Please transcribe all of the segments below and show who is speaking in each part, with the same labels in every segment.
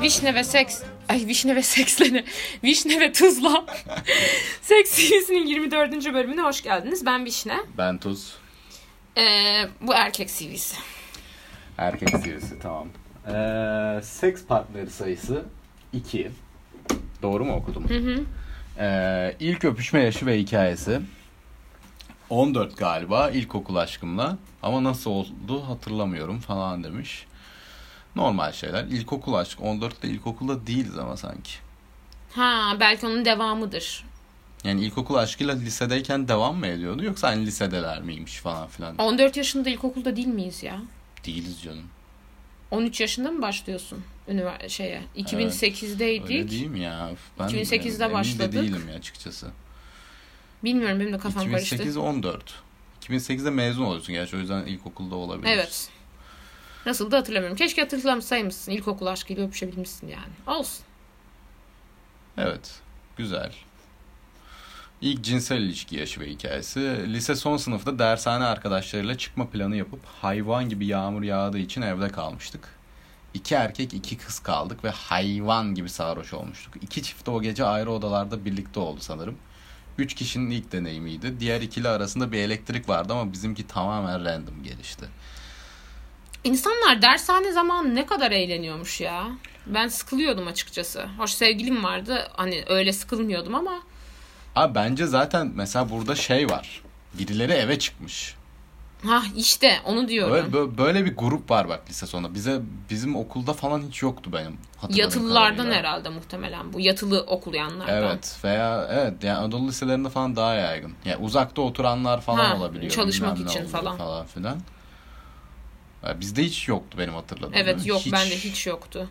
Speaker 1: Vişne ve seks... Ay vişne ve sekslene. Vişne ve tuzla. Seks serisinin 24. bölümüne hoş geldiniz. Ben Vişne.
Speaker 2: Ben Tuz.
Speaker 1: Ee, bu erkek CV'si.
Speaker 2: Erkek serisi tamam. Ee, seks partneri sayısı 2. Doğru mu okudum?
Speaker 1: Hı hı.
Speaker 2: Ee, ilk öpüşme yaşı ve hikayesi. 14 galiba ilkokul aşkımla ama nasıl oldu hatırlamıyorum falan demiş. Normal şeyler. İlkokul aşk 14'te ilkokulda değiliz ama sanki.
Speaker 1: Ha belki onun devamıdır.
Speaker 2: Yani ilkokul aşkıyla lisedeyken devam mı ediyordu yoksa hani lisedeler miymiş falan filan.
Speaker 1: 14 yaşında ilkokulda değil miyiz ya?
Speaker 2: Değiliz canım.
Speaker 1: 13 yaşında mı başlıyorsun ünivers- şeye? 2008'deydik.
Speaker 2: Öyle değil mi ya? Üf, Ben
Speaker 1: 2008'de
Speaker 2: emin de
Speaker 1: başladık.
Speaker 2: değilim ya açıkçası.
Speaker 1: Bilmiyorum benim de kafam karıştı.
Speaker 2: 2008-14. 2008'de mezun oluyorsun gerçi o yüzden ilkokulda olabilir.
Speaker 1: Evet. Nasıl da hatırlamıyorum. Keşke hatırlamasaymışsın. İlkokul aşkıyla öpüşebilmişsin yani. Olsun.
Speaker 2: Evet. Güzel. İlk cinsel ilişki yaşı ve hikayesi. Lise son sınıfta dershane arkadaşlarıyla çıkma planı yapıp hayvan gibi yağmur yağdığı için evde kalmıştık. İki erkek iki kız kaldık ve hayvan gibi sarhoş olmuştuk. İki çift de o gece ayrı odalarda birlikte oldu sanırım. Üç kişinin ilk deneyimiydi. Diğer ikili arasında bir elektrik vardı ama bizimki tamamen random gelişti.
Speaker 1: İnsanlar dershane zamanı ne kadar eğleniyormuş ya. Ben sıkılıyordum açıkçası. Hoş sevgilim vardı. Hani öyle sıkılmıyordum ama
Speaker 2: Abi bence zaten mesela burada şey var. Birileri eve çıkmış.
Speaker 1: ha işte onu diyorum.
Speaker 2: Böyle, bö- böyle bir grup var bak lise sonunda. Bize bizim okulda falan hiç yoktu benim. hatırladığım
Speaker 1: Yatılılardan
Speaker 2: kadarıyla.
Speaker 1: herhalde muhtemelen bu. Yatılı okuyanlardan.
Speaker 2: Evet veya evet yani Anadolu liselerinde falan daha yaygın. Yani uzakta oturanlar falan
Speaker 1: Ha,
Speaker 2: olabiliyor.
Speaker 1: çalışmak
Speaker 2: bilmem ne
Speaker 1: için
Speaker 2: oluyor
Speaker 1: falan.
Speaker 2: falan filan. Ya Bizde hiç yoktu benim hatırladığım.
Speaker 1: Evet
Speaker 2: Hiç.
Speaker 1: yok bende hiç yoktu.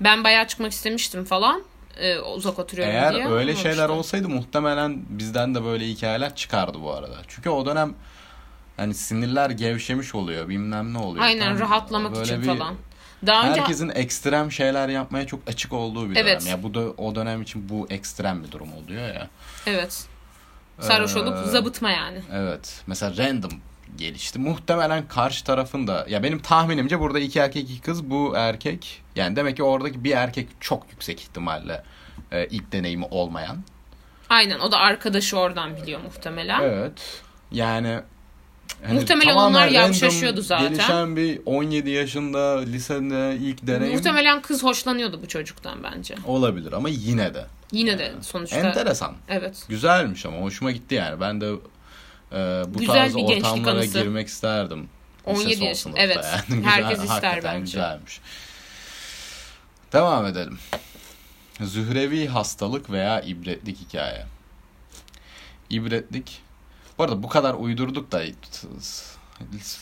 Speaker 1: Ben bayağı çıkmak istemiştim falan. Ee, uzak oturuyorum
Speaker 2: Eğer
Speaker 1: diye.
Speaker 2: öyle
Speaker 1: Olmamıştı.
Speaker 2: şeyler olsaydı muhtemelen bizden de böyle hikayeler çıkardı bu arada. Çünkü o dönem hani sinirler gevşemiş oluyor, bilmem ne oluyor.
Speaker 1: Aynen
Speaker 2: Tam
Speaker 1: rahatlamak
Speaker 2: böyle
Speaker 1: için
Speaker 2: bir-
Speaker 1: falan. Daha önce
Speaker 2: Herkesin ekstrem şeyler yapmaya çok açık olduğu bir dönem.
Speaker 1: Evet.
Speaker 2: Ya bu da o dönem için bu ekstrem bir durum oluyor ya.
Speaker 1: evet. Sarhoş olup
Speaker 2: Ee,
Speaker 1: zabıtma yani.
Speaker 2: Evet. Mesela random gelişti. Muhtemelen karşı tarafın da ya benim tahminimce burada iki erkek iki kız bu erkek. Yani demek ki oradaki bir erkek çok yüksek ihtimalle e, ilk deneyimi olmayan.
Speaker 1: Aynen o da arkadaşı oradan biliyor muhtemelen.
Speaker 2: Evet. Yani hani
Speaker 1: Muhtemelen
Speaker 2: tamamen
Speaker 1: onlar
Speaker 2: random
Speaker 1: yavşaşıyordu zaten.
Speaker 2: Gelişen bir 17 yaşında lisede ilk deneyim
Speaker 1: Muhtemelen kız hoşlanıyordu bu çocuktan bence.
Speaker 2: olabilir ama yine de.
Speaker 1: Yine de sonuçta.
Speaker 2: Enteresan.
Speaker 1: Evet.
Speaker 2: Güzelmiş ama hoşuma gitti yani. Ben de e, bu
Speaker 1: Güzel
Speaker 2: tarz
Speaker 1: bir gençlik
Speaker 2: ortamlara
Speaker 1: anısı.
Speaker 2: girmek isterdim.
Speaker 1: 17
Speaker 2: son
Speaker 1: yaş-
Speaker 2: sınıfta
Speaker 1: evet.
Speaker 2: Güzel,
Speaker 1: Herkes ister
Speaker 2: hakikaten
Speaker 1: bence.
Speaker 2: Güzelmiş. Devam edelim. Zührevi hastalık veya ibretlik hikaye. İbretlik. Bu arada bu kadar uydurduk da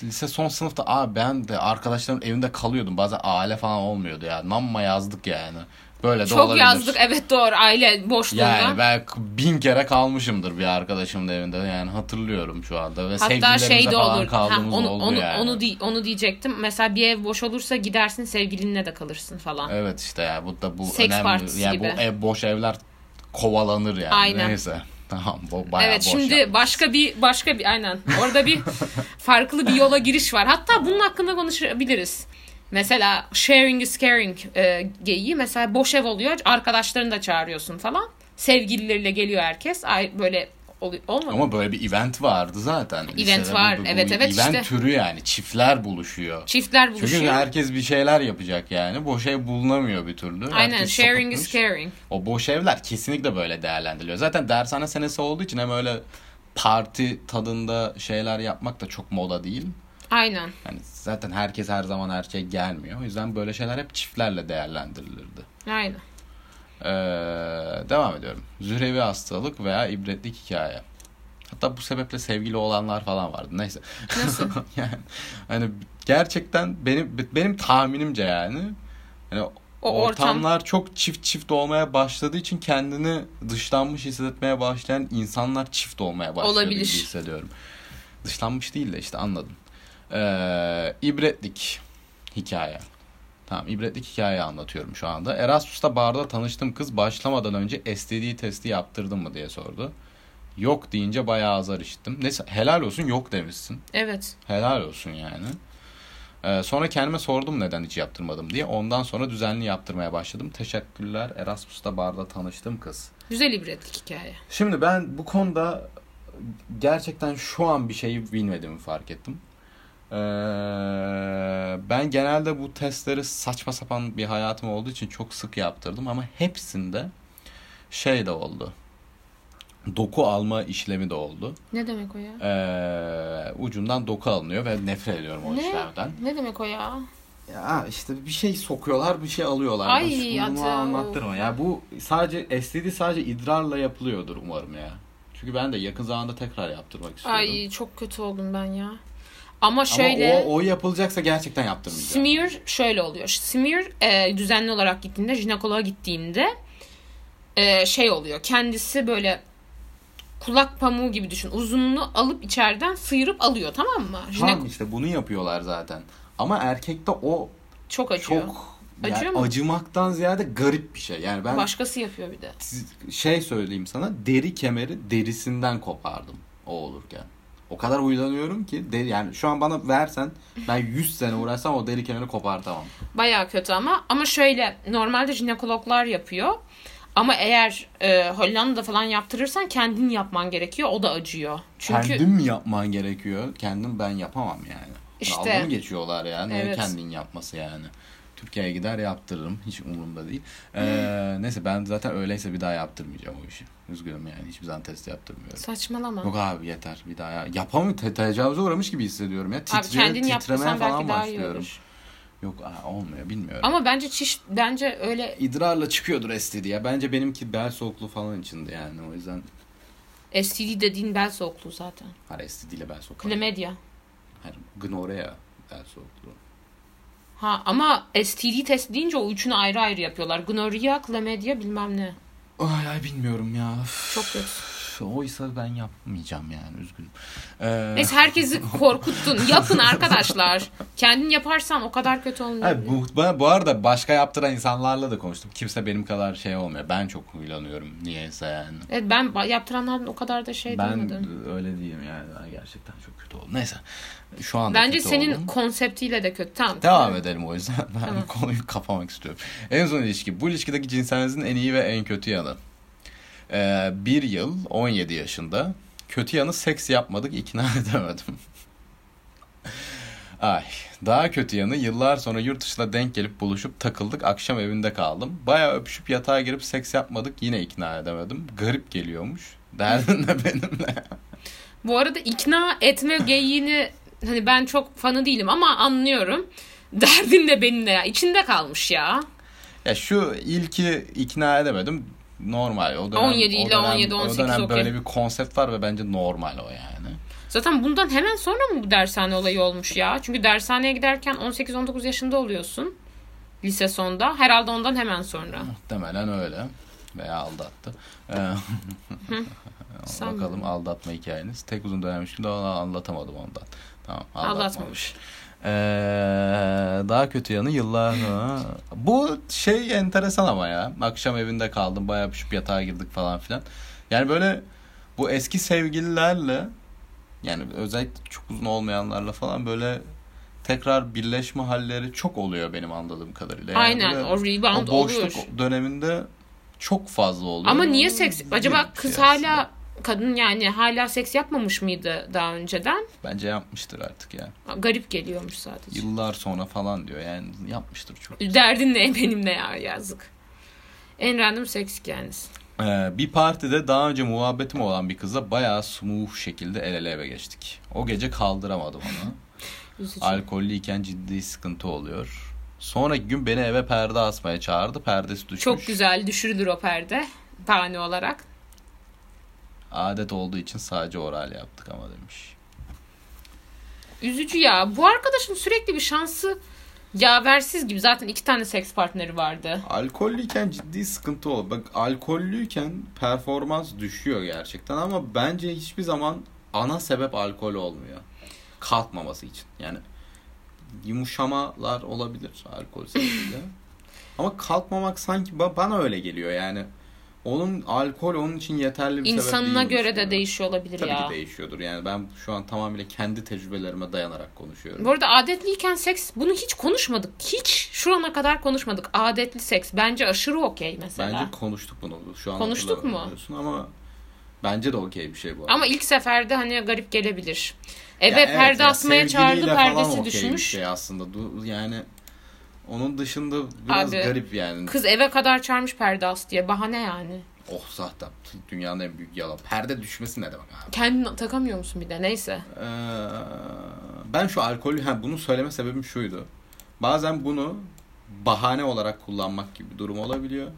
Speaker 2: lise son sınıfta aa ben de arkadaşlarım evinde kalıyordum. Bazen aile falan olmuyordu ya. Namma yazdık yani. Böyle de
Speaker 1: Çok
Speaker 2: olabilir.
Speaker 1: yazdık evet doğru aile boşluğunda.
Speaker 2: Yani ben k- bin kere kalmışımdır bir arkadaşımın evinde. Yani hatırlıyorum şu anda. Ve
Speaker 1: Hatta şey de
Speaker 2: falan
Speaker 1: olur. Ha,
Speaker 2: kaldığımız
Speaker 1: onu
Speaker 2: oldu
Speaker 1: onu
Speaker 2: yani.
Speaker 1: onu di- onu diyecektim. Mesela bir ev boş olursa gidersin sevgilinle de kalırsın falan.
Speaker 2: Evet işte ya bu da bu
Speaker 1: Seks partisi
Speaker 2: önemli. Yani bu
Speaker 1: gibi.
Speaker 2: ev boş evler kovalanır yani.
Speaker 1: Aynen.
Speaker 2: Neyse. Tamam bu bayağı
Speaker 1: evet
Speaker 2: boş.
Speaker 1: şimdi
Speaker 2: yani.
Speaker 1: başka bir başka bir aynen orada bir farklı bir yola giriş var. Hatta bunun hakkında konuşabiliriz. Mesela sharing is caring e, geyiği mesela boş ev oluyor arkadaşlarını da çağırıyorsun falan. Sevgilileriyle geliyor herkes. Ay, böyle oluyor, olmadı mı?
Speaker 2: ama böyle bir event vardı zaten. Lisede
Speaker 1: var, evet, evet
Speaker 2: event
Speaker 1: işte.
Speaker 2: türü yani çiftler buluşuyor.
Speaker 1: Çiftler
Speaker 2: Çünkü
Speaker 1: buluşuyor.
Speaker 2: herkes bir şeyler yapacak yani. Boş ev bulunamıyor bir türlü.
Speaker 1: Aynen
Speaker 2: Herkes
Speaker 1: sharing is
Speaker 2: sapıtmış.
Speaker 1: caring.
Speaker 2: O boş evler kesinlikle böyle değerlendiriliyor. Zaten dershane senesi olduğu için hem öyle parti tadında şeyler yapmak da çok moda değil.
Speaker 1: Aynen.
Speaker 2: Yani zaten herkes her zaman her şey gelmiyor. O yüzden böyle şeyler hep çiftlerle değerlendirilirdi.
Speaker 1: Aynen.
Speaker 2: Ee, devam ediyorum. Zührevi hastalık veya ibretlik hikaye. Hatta bu sebeple sevgili olanlar falan vardı. Neyse.
Speaker 1: Nasıl?
Speaker 2: yani hani gerçekten benim benim tahminimce yani hani
Speaker 1: O
Speaker 2: ortamlar çok çift çift olmaya başladığı için kendini dışlanmış hissetmeye başlayan insanlar çift olmaya başladı
Speaker 1: Olabilir.
Speaker 2: gibi hissediyorum. Dışlanmış değil de işte anladım. Ee, ibretlik hikaye. Tamam ibretlik hikayeyi anlatıyorum şu anda. Erasmus'ta barda tanıştığım kız başlamadan önce STD testi yaptırdın mı diye sordu. Yok deyince bayağı azar işittim. Neyse helal olsun yok demişsin.
Speaker 1: Evet.
Speaker 2: Helal olsun yani. Ee, sonra kendime sordum neden hiç yaptırmadım diye. Ondan sonra düzenli yaptırmaya başladım. Teşekkürler. Erasmus'ta barda tanıştım kız.
Speaker 1: Güzel ibretlik hikaye.
Speaker 2: Şimdi ben bu konuda gerçekten şu an bir şeyi bilmediğimi fark ettim. Ee, ben genelde bu testleri saçma sapan bir hayatım olduğu için çok sık yaptırdım ama hepsinde şey de oldu. Doku alma işlemi de oldu.
Speaker 1: Ne demek o ya?
Speaker 2: Ee, ucundan doku alınıyor ve nefret ediyorum o
Speaker 1: Ne?
Speaker 2: işlemden.
Speaker 1: Ne demek o ya?
Speaker 2: Ya işte bir şey sokuyorlar, bir şey alıyorlar.
Speaker 1: Ay,
Speaker 2: Bunu
Speaker 1: atı.
Speaker 2: anlattırma ya. Bu sadece STD sadece idrarla yapılıyordur umarım ya. Çünkü ben de yakın zamanda tekrar yaptırmak istiyorum.
Speaker 1: Ay çok kötü oldum ben ya. Ama
Speaker 2: Şey Ama
Speaker 1: şöyle
Speaker 2: o, o yapılacaksa gerçekten yaptırmayacağım.
Speaker 1: smear şöyle oluyor. Smear e, düzenli olarak gittiğimde jinekoloğa gittiğimde e, şey oluyor. Kendisi böyle kulak pamuğu gibi düşün. Uzunluğu alıp içeriden sıyırıp alıyor tamam mı? Jinek
Speaker 2: Tamam işte bunu yapıyorlar zaten. Ama erkekte o
Speaker 1: çok acıyor.
Speaker 2: çok yani
Speaker 1: Acıyor mu?
Speaker 2: acımaktan ziyade garip bir şey. Yani ben
Speaker 1: Başkası yapıyor bir de.
Speaker 2: şey söyleyeyim sana deri kemeri derisinden kopardım o olurken. O kadar huylanıyorum ki deri, yani şu an bana versen ben 100 sene uğraşsam o deri kemeri kopartamam.
Speaker 1: Bayağı kötü ama ama şöyle normalde jinekologlar yapıyor. Ama eğer e, Hollanda'da falan yaptırırsan kendin yapman gerekiyor. O da acıyor. Çünkü
Speaker 2: Kendin mi yapman gerekiyor? Kendim ben yapamam yani.
Speaker 1: İşte.
Speaker 2: İşte. Dalga mı geçiyorlar yani?
Speaker 1: Evet.
Speaker 2: Kendin yapması yani. Türkiye'ye gider yaptırırım. Hiç umurumda değil.
Speaker 1: Hmm.
Speaker 2: Ee, neyse ben zaten öyleyse bir daha yaptırmayacağım o işi. Üzgünüm yani. Hiçbir zaman test yaptırmıyorum.
Speaker 1: saçmalama.
Speaker 2: Yok abi yeter bir daha ya. Yapamıyorum. Te- tecavüze uğramış gibi hissediyorum ya. Titre,
Speaker 1: Abi kendin
Speaker 2: titremeye
Speaker 1: yaptırsan
Speaker 2: falan
Speaker 1: belki daha iyi
Speaker 2: başlıyorum.
Speaker 1: olur.
Speaker 2: Yok aa, olmuyor bilmiyorum.
Speaker 1: Ama bence çiş bence öyle
Speaker 2: İdrarla çıkıyordur STD ya. Bence benimki bel soğukluğu falan içindi yani. O yüzden
Speaker 1: STD dediğin bel soğukluğu zaten.
Speaker 2: her STD ile bel soğukluğu.
Speaker 1: Klamedya.
Speaker 2: Hayır, gnorrea bel soğukluğu.
Speaker 1: Ha ama STD test deyince o üçünü ayrı ayrı yapıyorlar. Gonorrhea, klamedya bilmem ne.
Speaker 2: Ay ay bilmiyorum ya.
Speaker 1: Çok kötü.
Speaker 2: Üf, Oysa ben yapmayacağım yani üzgünüm. Ee,
Speaker 1: Neyse herkesi korkuttun. Yapın arkadaşlar. Kendin yaparsan o kadar kötü olmuyor.
Speaker 2: Hayır, bu, ben- bu arada başka yaptıran insanlarla da konuştum. Kimse benim kadar şey olmuyor. Ben çok huylanıyorum niyeyse yani.
Speaker 1: Evet ben ba- yaptıranlardan o kadar da şey
Speaker 2: ben
Speaker 1: duymadım.
Speaker 2: öyle diyeyim yani. Ben gerçekten çok kötü oldum. Neyse. Şu anda
Speaker 1: Bence
Speaker 2: kötü
Speaker 1: senin
Speaker 2: oldum.
Speaker 1: konseptiyle de kötü. Tamam.
Speaker 2: Devam edelim o yüzden. Ben
Speaker 1: Tamam.
Speaker 2: konuyu kapamak istiyorum. En son ilişki. Bu ilişkideki cinselinizin en iyi ve en kötü yanı. Ee, bir yıl 17 yaşında. Kötü yanı seks yapmadık ikna edemedim. Ay. Daha kötü yanı yıllar sonra yurt dışına denk gelip buluşup takıldık. Akşam evinde kaldım. Bayağı öpüşüp yatağa girip seks yapmadık. Yine ikna edemedim. Garip geliyormuş. Derdin de benimle.
Speaker 1: Bu arada ikna etme geyiğini hani ben çok fanı değilim ama anlıyorum. Derdin de benimle ya. İçinde kalmış ya.
Speaker 2: Ya şu ilki ikna edemedim. Normal. O dönem,
Speaker 1: 17 ile
Speaker 2: o dönem,
Speaker 1: 17, 18
Speaker 2: O dönem
Speaker 1: okey.
Speaker 2: böyle bir konsept var ve bence normal o yani.
Speaker 1: Zaten bundan hemen sonra mı bu dershane olayı olmuş ya? Çünkü dershaneye giderken 18-19 yaşında oluyorsun. Lise sonda. Herhalde ondan hemen sonra.
Speaker 2: Muhtemelen öyle. Veya aldattı. Ee,
Speaker 1: Sanmıyorum.
Speaker 2: Bakalım aldatma hikayeniz. Tek uzun dönem ilişkimde onu anlatamadım ondan. Tamam
Speaker 1: Aldatmamış.
Speaker 2: aldatmamış. Ee, daha kötü yanı yıllar sonra- Bu şey enteresan ama ya. Akşam evinde kaldım. Bayağı pişip yatağa girdik falan filan. Yani böyle bu eski sevgililerle yani özellikle çok uzun olmayanlarla falan böyle tekrar birleşme halleri çok oluyor benim anladığım kadarıyla. Yani
Speaker 1: Aynen
Speaker 2: böyle
Speaker 1: o
Speaker 2: o
Speaker 1: rebound
Speaker 2: boşluk
Speaker 1: olur.
Speaker 2: döneminde çok fazla oluyor.
Speaker 1: Ama niye seks? Acaba
Speaker 2: Bilmiyorum
Speaker 1: kız
Speaker 2: şey aslında.
Speaker 1: hala kadın yani hala seks yapmamış mıydı daha önceden?
Speaker 2: Bence yapmıştır artık ya.
Speaker 1: Garip geliyormuş sadece.
Speaker 2: Yıllar sonra falan diyor yani yapmıştır çok.
Speaker 1: Derdin ne benimle ya yazık. En random seks kendisi.
Speaker 2: Ee, bir partide daha önce muhabbetim olan bir kızla bayağı smooth şekilde el ele eve geçtik. O gece kaldıramadım onu.
Speaker 1: Üzücü.
Speaker 2: Alkollüyken ciddi sıkıntı oluyor. Sonraki gün beni eve perde asmaya çağırdı. Perdesi düşmüş.
Speaker 1: Çok güzel düşürülür o perde. Bahane olarak.
Speaker 2: Adet olduğu için sadece oral yaptık ama demiş.
Speaker 1: Üzücü ya. Bu arkadaşın sürekli bir şansı yaversiz gibi. Zaten iki tane seks partneri vardı.
Speaker 2: Alkollüyken ciddi sıkıntı ol. Bak alkollüyken performans düşüyor gerçekten ama bence hiçbir zaman ana sebep alkol olmuyor. Kalkmaması için. Yani yumuşamalar olabilir alkol sebebiyle. ama kalkmamak sanki ba- bana öyle geliyor yani. Onun alkol onun için yeterli bir sebep
Speaker 1: İnsanına
Speaker 2: değil
Speaker 1: göre de
Speaker 2: değişiyor.
Speaker 1: değişiyor olabilir
Speaker 2: Tabii
Speaker 1: ya.
Speaker 2: ki değişiyordur. Yani ben şu an tamamıyla kendi tecrübelerime dayanarak konuşuyorum.
Speaker 1: Bu arada adetliyken seks bunu hiç konuşmadık. Hiç şurana kadar konuşmadık. Adetli seks bence aşırı okey mesela.
Speaker 2: Bence konuştuk bunu. Şu an
Speaker 1: Konuştuk
Speaker 2: hatırlamıyorum
Speaker 1: mu?
Speaker 2: diyorsun Ama bence de okey bir şey bu. arada.
Speaker 1: Ama ilk seferde hani garip gelebilir. Eve
Speaker 2: Ya evet,
Speaker 1: perde
Speaker 2: ya
Speaker 1: asmaya çağırdı,
Speaker 2: sevgiliyle falan
Speaker 1: perdesi
Speaker 2: okey bir
Speaker 1: düşmüş.
Speaker 2: Şey aslında Du- yani onun dışında biraz
Speaker 1: Abi,
Speaker 2: garip yani.
Speaker 1: Kız eve kadar çağırmış perde as diye. Bahane yani.
Speaker 2: Oh zaten dünyanın en büyük yalan. Perde düşmesi ne demek abi?
Speaker 1: Kendini takamıyor musun bir de? Neyse.
Speaker 2: Ee, ben şu alkolü ha, bunu söyleme sebebim şuydu. Bazen bunu bahane olarak kullanmak gibi bir durum olabiliyor.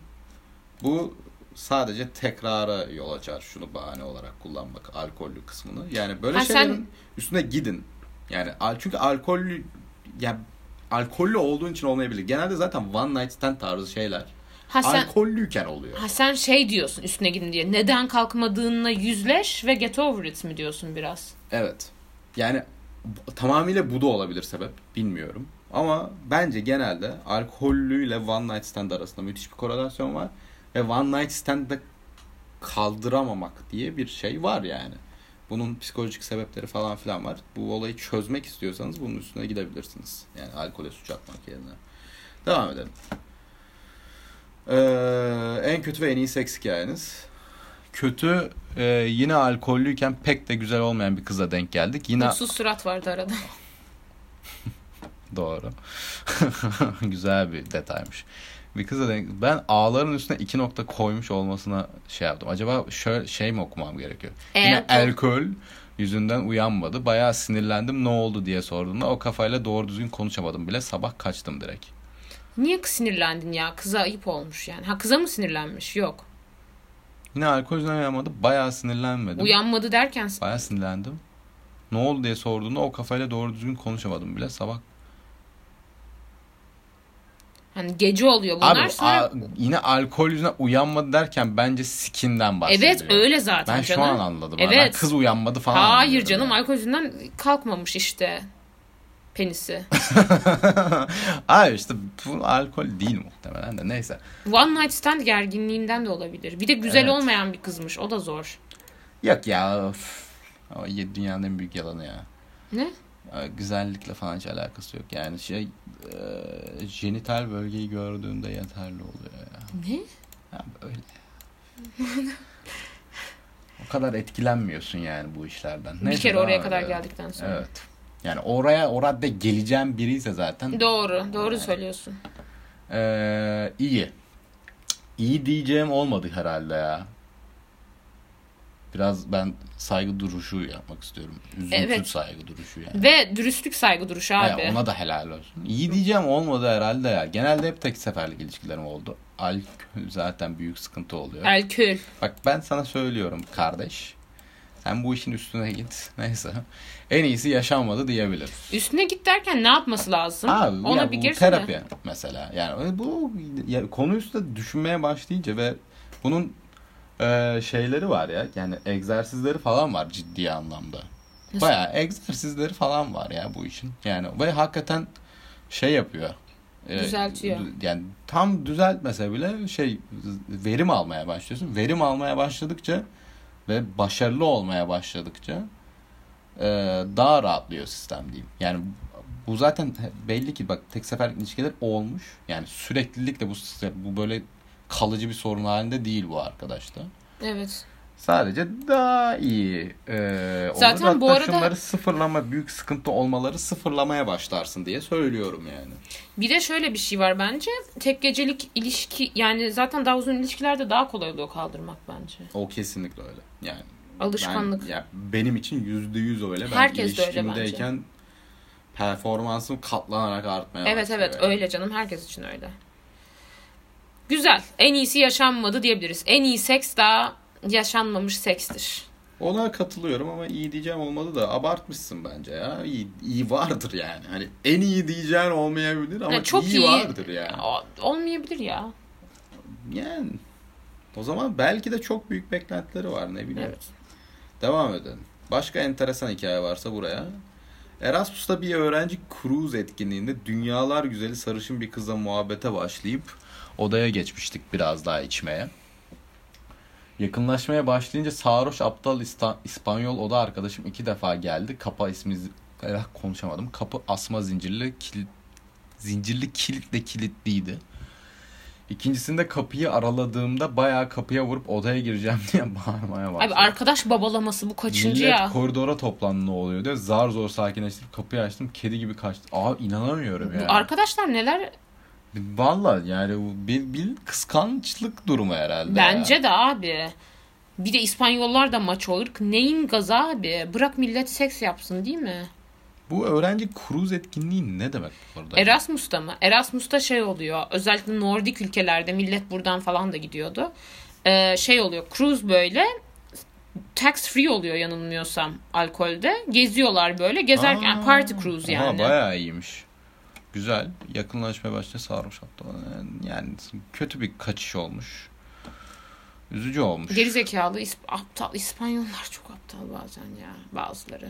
Speaker 2: Bu sadece tekrara yol açar şunu bahane olarak kullanmak alkollü kısmını. Yani böyle
Speaker 1: Ha, sen-
Speaker 2: şeylerin üstüne gidin. Yani al çünkü alkollü ya alkollü olduğun için olmayabilir. Genelde zaten one night stand tarzı şeyler
Speaker 1: Ha sen,
Speaker 2: alkollüyken oluyor.
Speaker 1: ha sen şey diyorsun üstüne gidin diye. Neden kalkmadığınla yüzleş ve get over it mi diyorsun biraz?
Speaker 2: Evet. Yani bu- tamamıyla bu da olabilir sebep. Bilmiyorum. Ama bence genelde alkollüyle one night stand arasında müthiş bir korelasyon var. Ve one night stand'da kaldıramamak diye bir şey var yani. Bunun psikolojik sebepleri falan filan var. Bu olayı çözmek istiyorsanız bunun üstüne gidebilirsiniz. Yani alkole suç atmak yerine. Devam edelim. Ee, en kötü ve en iyi seks hikayeniz. Kötü e, yine alkollüyken pek de güzel olmayan bir kıza denk geldik. Yine
Speaker 1: Mutsuz surat vardı arada.
Speaker 2: Doğru. Güzel bir detaymış. Bir kıza denk... Ben ağların üstüne iki nokta koymuş olmasına şey yaptım. Acaba şöyle şey mi okumam gerekiyor? Yine er-
Speaker 1: Eğer-
Speaker 2: alkol yüzünden uyanmadı. Bayağı sinirlendim ne oldu diye sorduğumda o kafayla doğru düzgün konuşamadım bile. Sabah kaçtım direkt.
Speaker 1: Niye kız sinirlendin ya? Kıza ayıp olmuş yani. Ha kıza mı sinirlenmiş? Yok.
Speaker 2: Yine alkol yüzünden uyanmadı. Bayağı sinirlenmedim.
Speaker 1: Uyanmadı derken
Speaker 2: Bayağı sinirlendim. Ne oldu diye sorduğunda o kafayla doğru düzgün konuşamadım bile. Sabah
Speaker 1: hani gece oluyor bunlar
Speaker 2: Abi
Speaker 1: sonra.
Speaker 2: a- yine alkol yüzünden uyanmadı derken bence skinden bahsediyor.
Speaker 1: evet öyle zaten
Speaker 2: Ben şu
Speaker 1: canım.
Speaker 2: an anladım. ha. Ben
Speaker 1: Evet.
Speaker 2: kız uyanmadı falan.
Speaker 1: Hayır
Speaker 2: anlıyorum
Speaker 1: canım
Speaker 2: ya.
Speaker 1: alkol yüzünden kalkmamış işte penisi.
Speaker 2: Hayır işte bu alkol değil muhtemelen de neyse.
Speaker 1: One night stand gerginliğinden de olabilir. Bir de güzel
Speaker 2: Evet.
Speaker 1: olmayan bir kızmış. O da zor.
Speaker 2: Yok ya. Of. O ye- dünyanın en büyük yalanı ya.
Speaker 1: Ne?
Speaker 2: Ee, Güzellikle falan hiç alakası yok. Yani şey e, jenital bölgeyi gördüğünde yeterli oluyor ya.
Speaker 1: Ne?
Speaker 2: Ya öyle. o kadar etkilenmiyorsun yani bu işlerden.
Speaker 1: bir
Speaker 2: Neyse,
Speaker 1: kere
Speaker 2: devam
Speaker 1: oraya kadar
Speaker 2: edelim.
Speaker 1: geldikten sonra.
Speaker 2: Evet. Yani oraya o radde geleceğim biriyse zaten
Speaker 1: Doğru. Doğru söylüyorsun.
Speaker 2: Ee, iyi. İyi diyeceğim olmadı herhalde ya. Biraz ben saygı duruşu yapmak istiyorum. Üzümsüz
Speaker 1: Evet.
Speaker 2: saygı duruşu yani.
Speaker 1: Ve dürüstlük saygı duruşu
Speaker 2: Ha,
Speaker 1: abi.
Speaker 2: ona da helal olsun. İyi diyeceğim olmadı herhalde ya. Genelde hep tek seferlik ilişkilerim oldu. Alkol zaten büyük sıkıntı oluyor.
Speaker 1: Alkol.
Speaker 2: Bak ben sana söylüyorum kardeş. Sen bu işin üstüne git. Neyse. En iyisi yaşanmadı diyebilirim.
Speaker 1: Üstüne git derken ne yapması lazım?
Speaker 2: Abi bu
Speaker 1: Ona
Speaker 2: ya
Speaker 1: bir
Speaker 2: bu
Speaker 1: girsene.
Speaker 2: terapi mesela. Yani bu ya, konu üstünde düşünmeye başlayınca ve bunun e, şeyleri var ya. Yani egzersizleri falan var ciddi anlamda.
Speaker 1: Nasıl?
Speaker 2: Bayağı egzersizleri falan var ya bu işin. Yani ve hakikaten şey yapıyor. E,
Speaker 1: Düzeltiyor.
Speaker 2: dü- yani tam düzeltmese bile şey verim almaya başlıyorsun. Verim almaya başladıkça ve başarılı olmaya başladıkça e, daha rahatlıyor sistem diyeyim. Yani bu zaten belli ki bak tek seferlik ilişkiler olmuş. Yani süreklilikle bu bu böyle kalıcı bir sorun halinde değil bu arkadaşta.
Speaker 1: Evet.
Speaker 2: Sadece daha iyi. e, olur.
Speaker 1: Zaten
Speaker 2: Hatta
Speaker 1: bu arada-
Speaker 2: şunları sıfırlama büyük sıkıntı olmaları sıfırlamaya başlarsın diye söylüyorum yani.
Speaker 1: Bir de şöyle bir şey var bence. Tek gecelik ilişki yani zaten daha uzun ilişkilerde daha kolay oluyor kaldırmak bence.
Speaker 2: O kesinlikle öyle. Yani
Speaker 1: Alışkanlık.
Speaker 2: Ben, ya benim için yüzde yüz öyle. Ben
Speaker 1: Herkes de öyle bence.
Speaker 2: ilişkimdeyken performansım katlanarak artmaya
Speaker 1: evet
Speaker 2: başlıyor
Speaker 1: evet
Speaker 2: yani.
Speaker 1: öyle canım herkes için öyle. Güzel. En iyisi yaşanmadı diyebiliriz. En iyi seks daha yaşanmamış sekstir.
Speaker 2: Ona katılıyorum ama iyi diyeceğim olmadı da abartmışsın bence ya. İyi, iyi vardır yani. Hani en iyi diyeceğin olmayabilir ama
Speaker 1: Yani çok
Speaker 2: iyi,
Speaker 1: iyi.
Speaker 2: vardır yani.
Speaker 1: O- Olmayabilir ya.
Speaker 2: Yani o zaman belki de çok büyük beklentileri var ne bileyim.
Speaker 1: Evet.
Speaker 2: Devam edelim. Başka enteresan hikaye varsa buraya. Erasmus'ta bir öğrenci cruise etkinliğinde dünyalar güzeli sarışın bir kızla muhabbete başlayıp odaya geçmiştik biraz daha içmeye. Yakınlaşmaya başlayınca sarhoş aptal İsta- İspanyol oda arkadaşım iki defa geldi. Kapa ismi eh, konuşamadım. Kapı asma zincirli kilit zincirli kilitle kilitliydi. İkincisinde kapıyı araladığımda bayağı kapıya vurup odaya gireceğim diye bağırmaya başladı.
Speaker 1: Abi arkadaş babalaması bu kaçıncı
Speaker 2: Millet
Speaker 1: ya?
Speaker 2: koridora toplandı ne oluyor diye zar zor sakinleştirip kapıyı açtım. Kedi gibi kaçtı. Aa inanamıyorum
Speaker 1: Bu
Speaker 2: yani.
Speaker 1: Arkadaşlar neler?
Speaker 2: Valla yani bu bir, bir kıskançlık durumu herhalde.
Speaker 1: Bence
Speaker 2: ya.
Speaker 1: de abi. Bir de İspanyollar da maç olur. Neyin gazı abi? Bırak millet seks yapsın değil mi?
Speaker 2: Bu öğrenci cruise etkinliği ne demek burada?
Speaker 1: Erasmus'ta mı? Erasmus'ta şey oluyor. Özellikle Nordik ülkelerde millet buradan falan da gidiyordu. Ee, şey oluyor. Cruise böyle tax free oluyor yanılmıyorsam alkolde. Geziyorlar böyle. Gezerken
Speaker 2: Aa.
Speaker 1: yani party cruise
Speaker 2: Ama
Speaker 1: yani.
Speaker 2: bayağı iyiymiş. Güzel. Yakınlaşmaya başladı sarhoş hatta. Yani kötü bir kaçış olmuş. Üzücü olmuş.
Speaker 1: Gerizekalı, is- aptal. İspanyollar çok aptal bazen ya bazıları.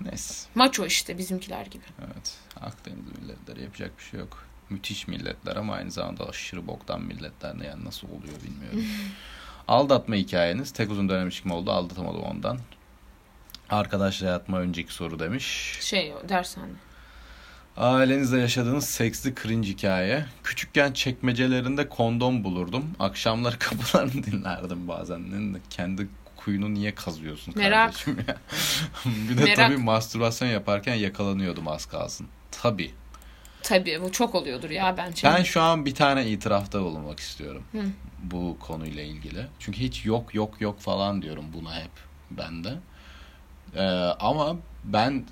Speaker 2: Neyse.
Speaker 1: Maço işte bizimkiler gibi.
Speaker 2: Evet. Akdeniz milletleri yapacak bir şey yok. Müthiş milletler ama aynı zamanda aşırı boktan milletler ne yani nasıl oluyor bilmiyorum. Aldatma hikayeniz. Tek uzun dönem ilişkim oldu. Aldatamadım ondan. Arkadaşla yatma önceki soru demiş.
Speaker 1: Şey o dershane.
Speaker 2: Ailenizle yaşadığınız seksli cringe hikaye. Küçükken çekmecelerinde kondom bulurdum. Akşamları kapılarını dinlerdim bazen. Ne- Kendi kuyunu niye kazıyorsun
Speaker 1: Merak.
Speaker 2: kardeşim ya? bir de
Speaker 1: Merak.
Speaker 2: tabii mastürbasyon yaparken yakalanıyordum az kalsın. Tabii.
Speaker 1: Tabii bu çok oluyordur ya ben. şey-
Speaker 2: Ben şu an bir tane itirafta bulunmak istiyorum.
Speaker 1: Hı.
Speaker 2: Bu konuyla ilgili. Çünkü hiç yok yok yok falan diyorum buna hep bende. Ee, ama ben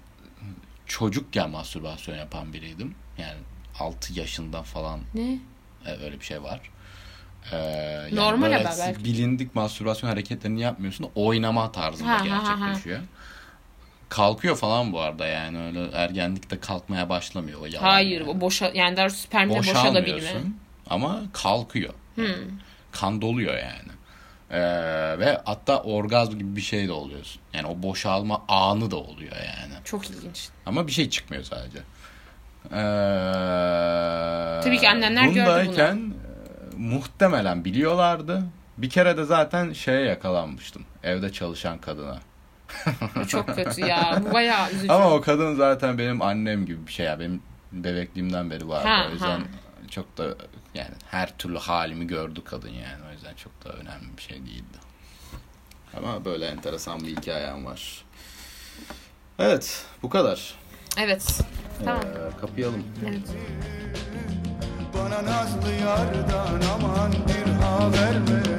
Speaker 2: çocukken mastürbasyon yapan biriydim. Yani 6 yaşında falan
Speaker 1: Ne?
Speaker 2: e, öyle bir şey var. Ee, yani
Speaker 1: Normal
Speaker 2: böyle
Speaker 1: ama belki.
Speaker 2: Bilindik mastürbasyon hareketlerini yapmıyorsun. da Oynama tarzında
Speaker 1: Ha, ha, ha, ha.
Speaker 2: gerçekleşiyor. Kalkıyor falan bu arada yani öyle ergenlikte kalkmaya başlamıyor o yalan.
Speaker 1: Hayır
Speaker 2: yani
Speaker 1: o boşa yani daha doğrusu spermle boşalabilme.
Speaker 2: boşalmıyorsun ama kalkıyor.
Speaker 1: Hı.
Speaker 2: Kan doluyor yani. Ee, ve hatta orgazm gibi bir şey de oluyorsun. Yani o boşalma anı da oluyor yani.
Speaker 1: Çok ilginç.
Speaker 2: Ama bir şey çıkmıyor sadece. Ee,
Speaker 1: Tabii ki annenler gördü bunu.
Speaker 2: bundayken, e, muhtemelen biliyorlardı. Bir kere de zaten şeye yakalanmıştım. Evde çalışan kadına.
Speaker 1: Bu çok kötü ya. Bu bayağı üzücü.
Speaker 2: Ama o kadın zaten benim annem gibi bir şey ya. Benim bebekliğimden beri vardı.
Speaker 1: Ha,
Speaker 2: o yüzden
Speaker 1: ha.
Speaker 2: çok da yani her türlü halimi gördü kadın yani. O yüzden çok da önemli bir şey değildi. Ama böyle enteresan bir hikayem var. Evet, bu kadar.
Speaker 1: Evet. Tamam.
Speaker 2: Ee, kapayalım.
Speaker 1: Evet.
Speaker 3: Bana nazlı yardan aman bir haber ver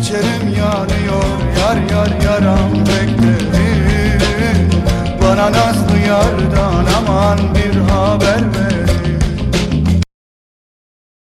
Speaker 3: İçerim yanıyor yar yar yaram beklerim Bana nazlı yardan aman bir haber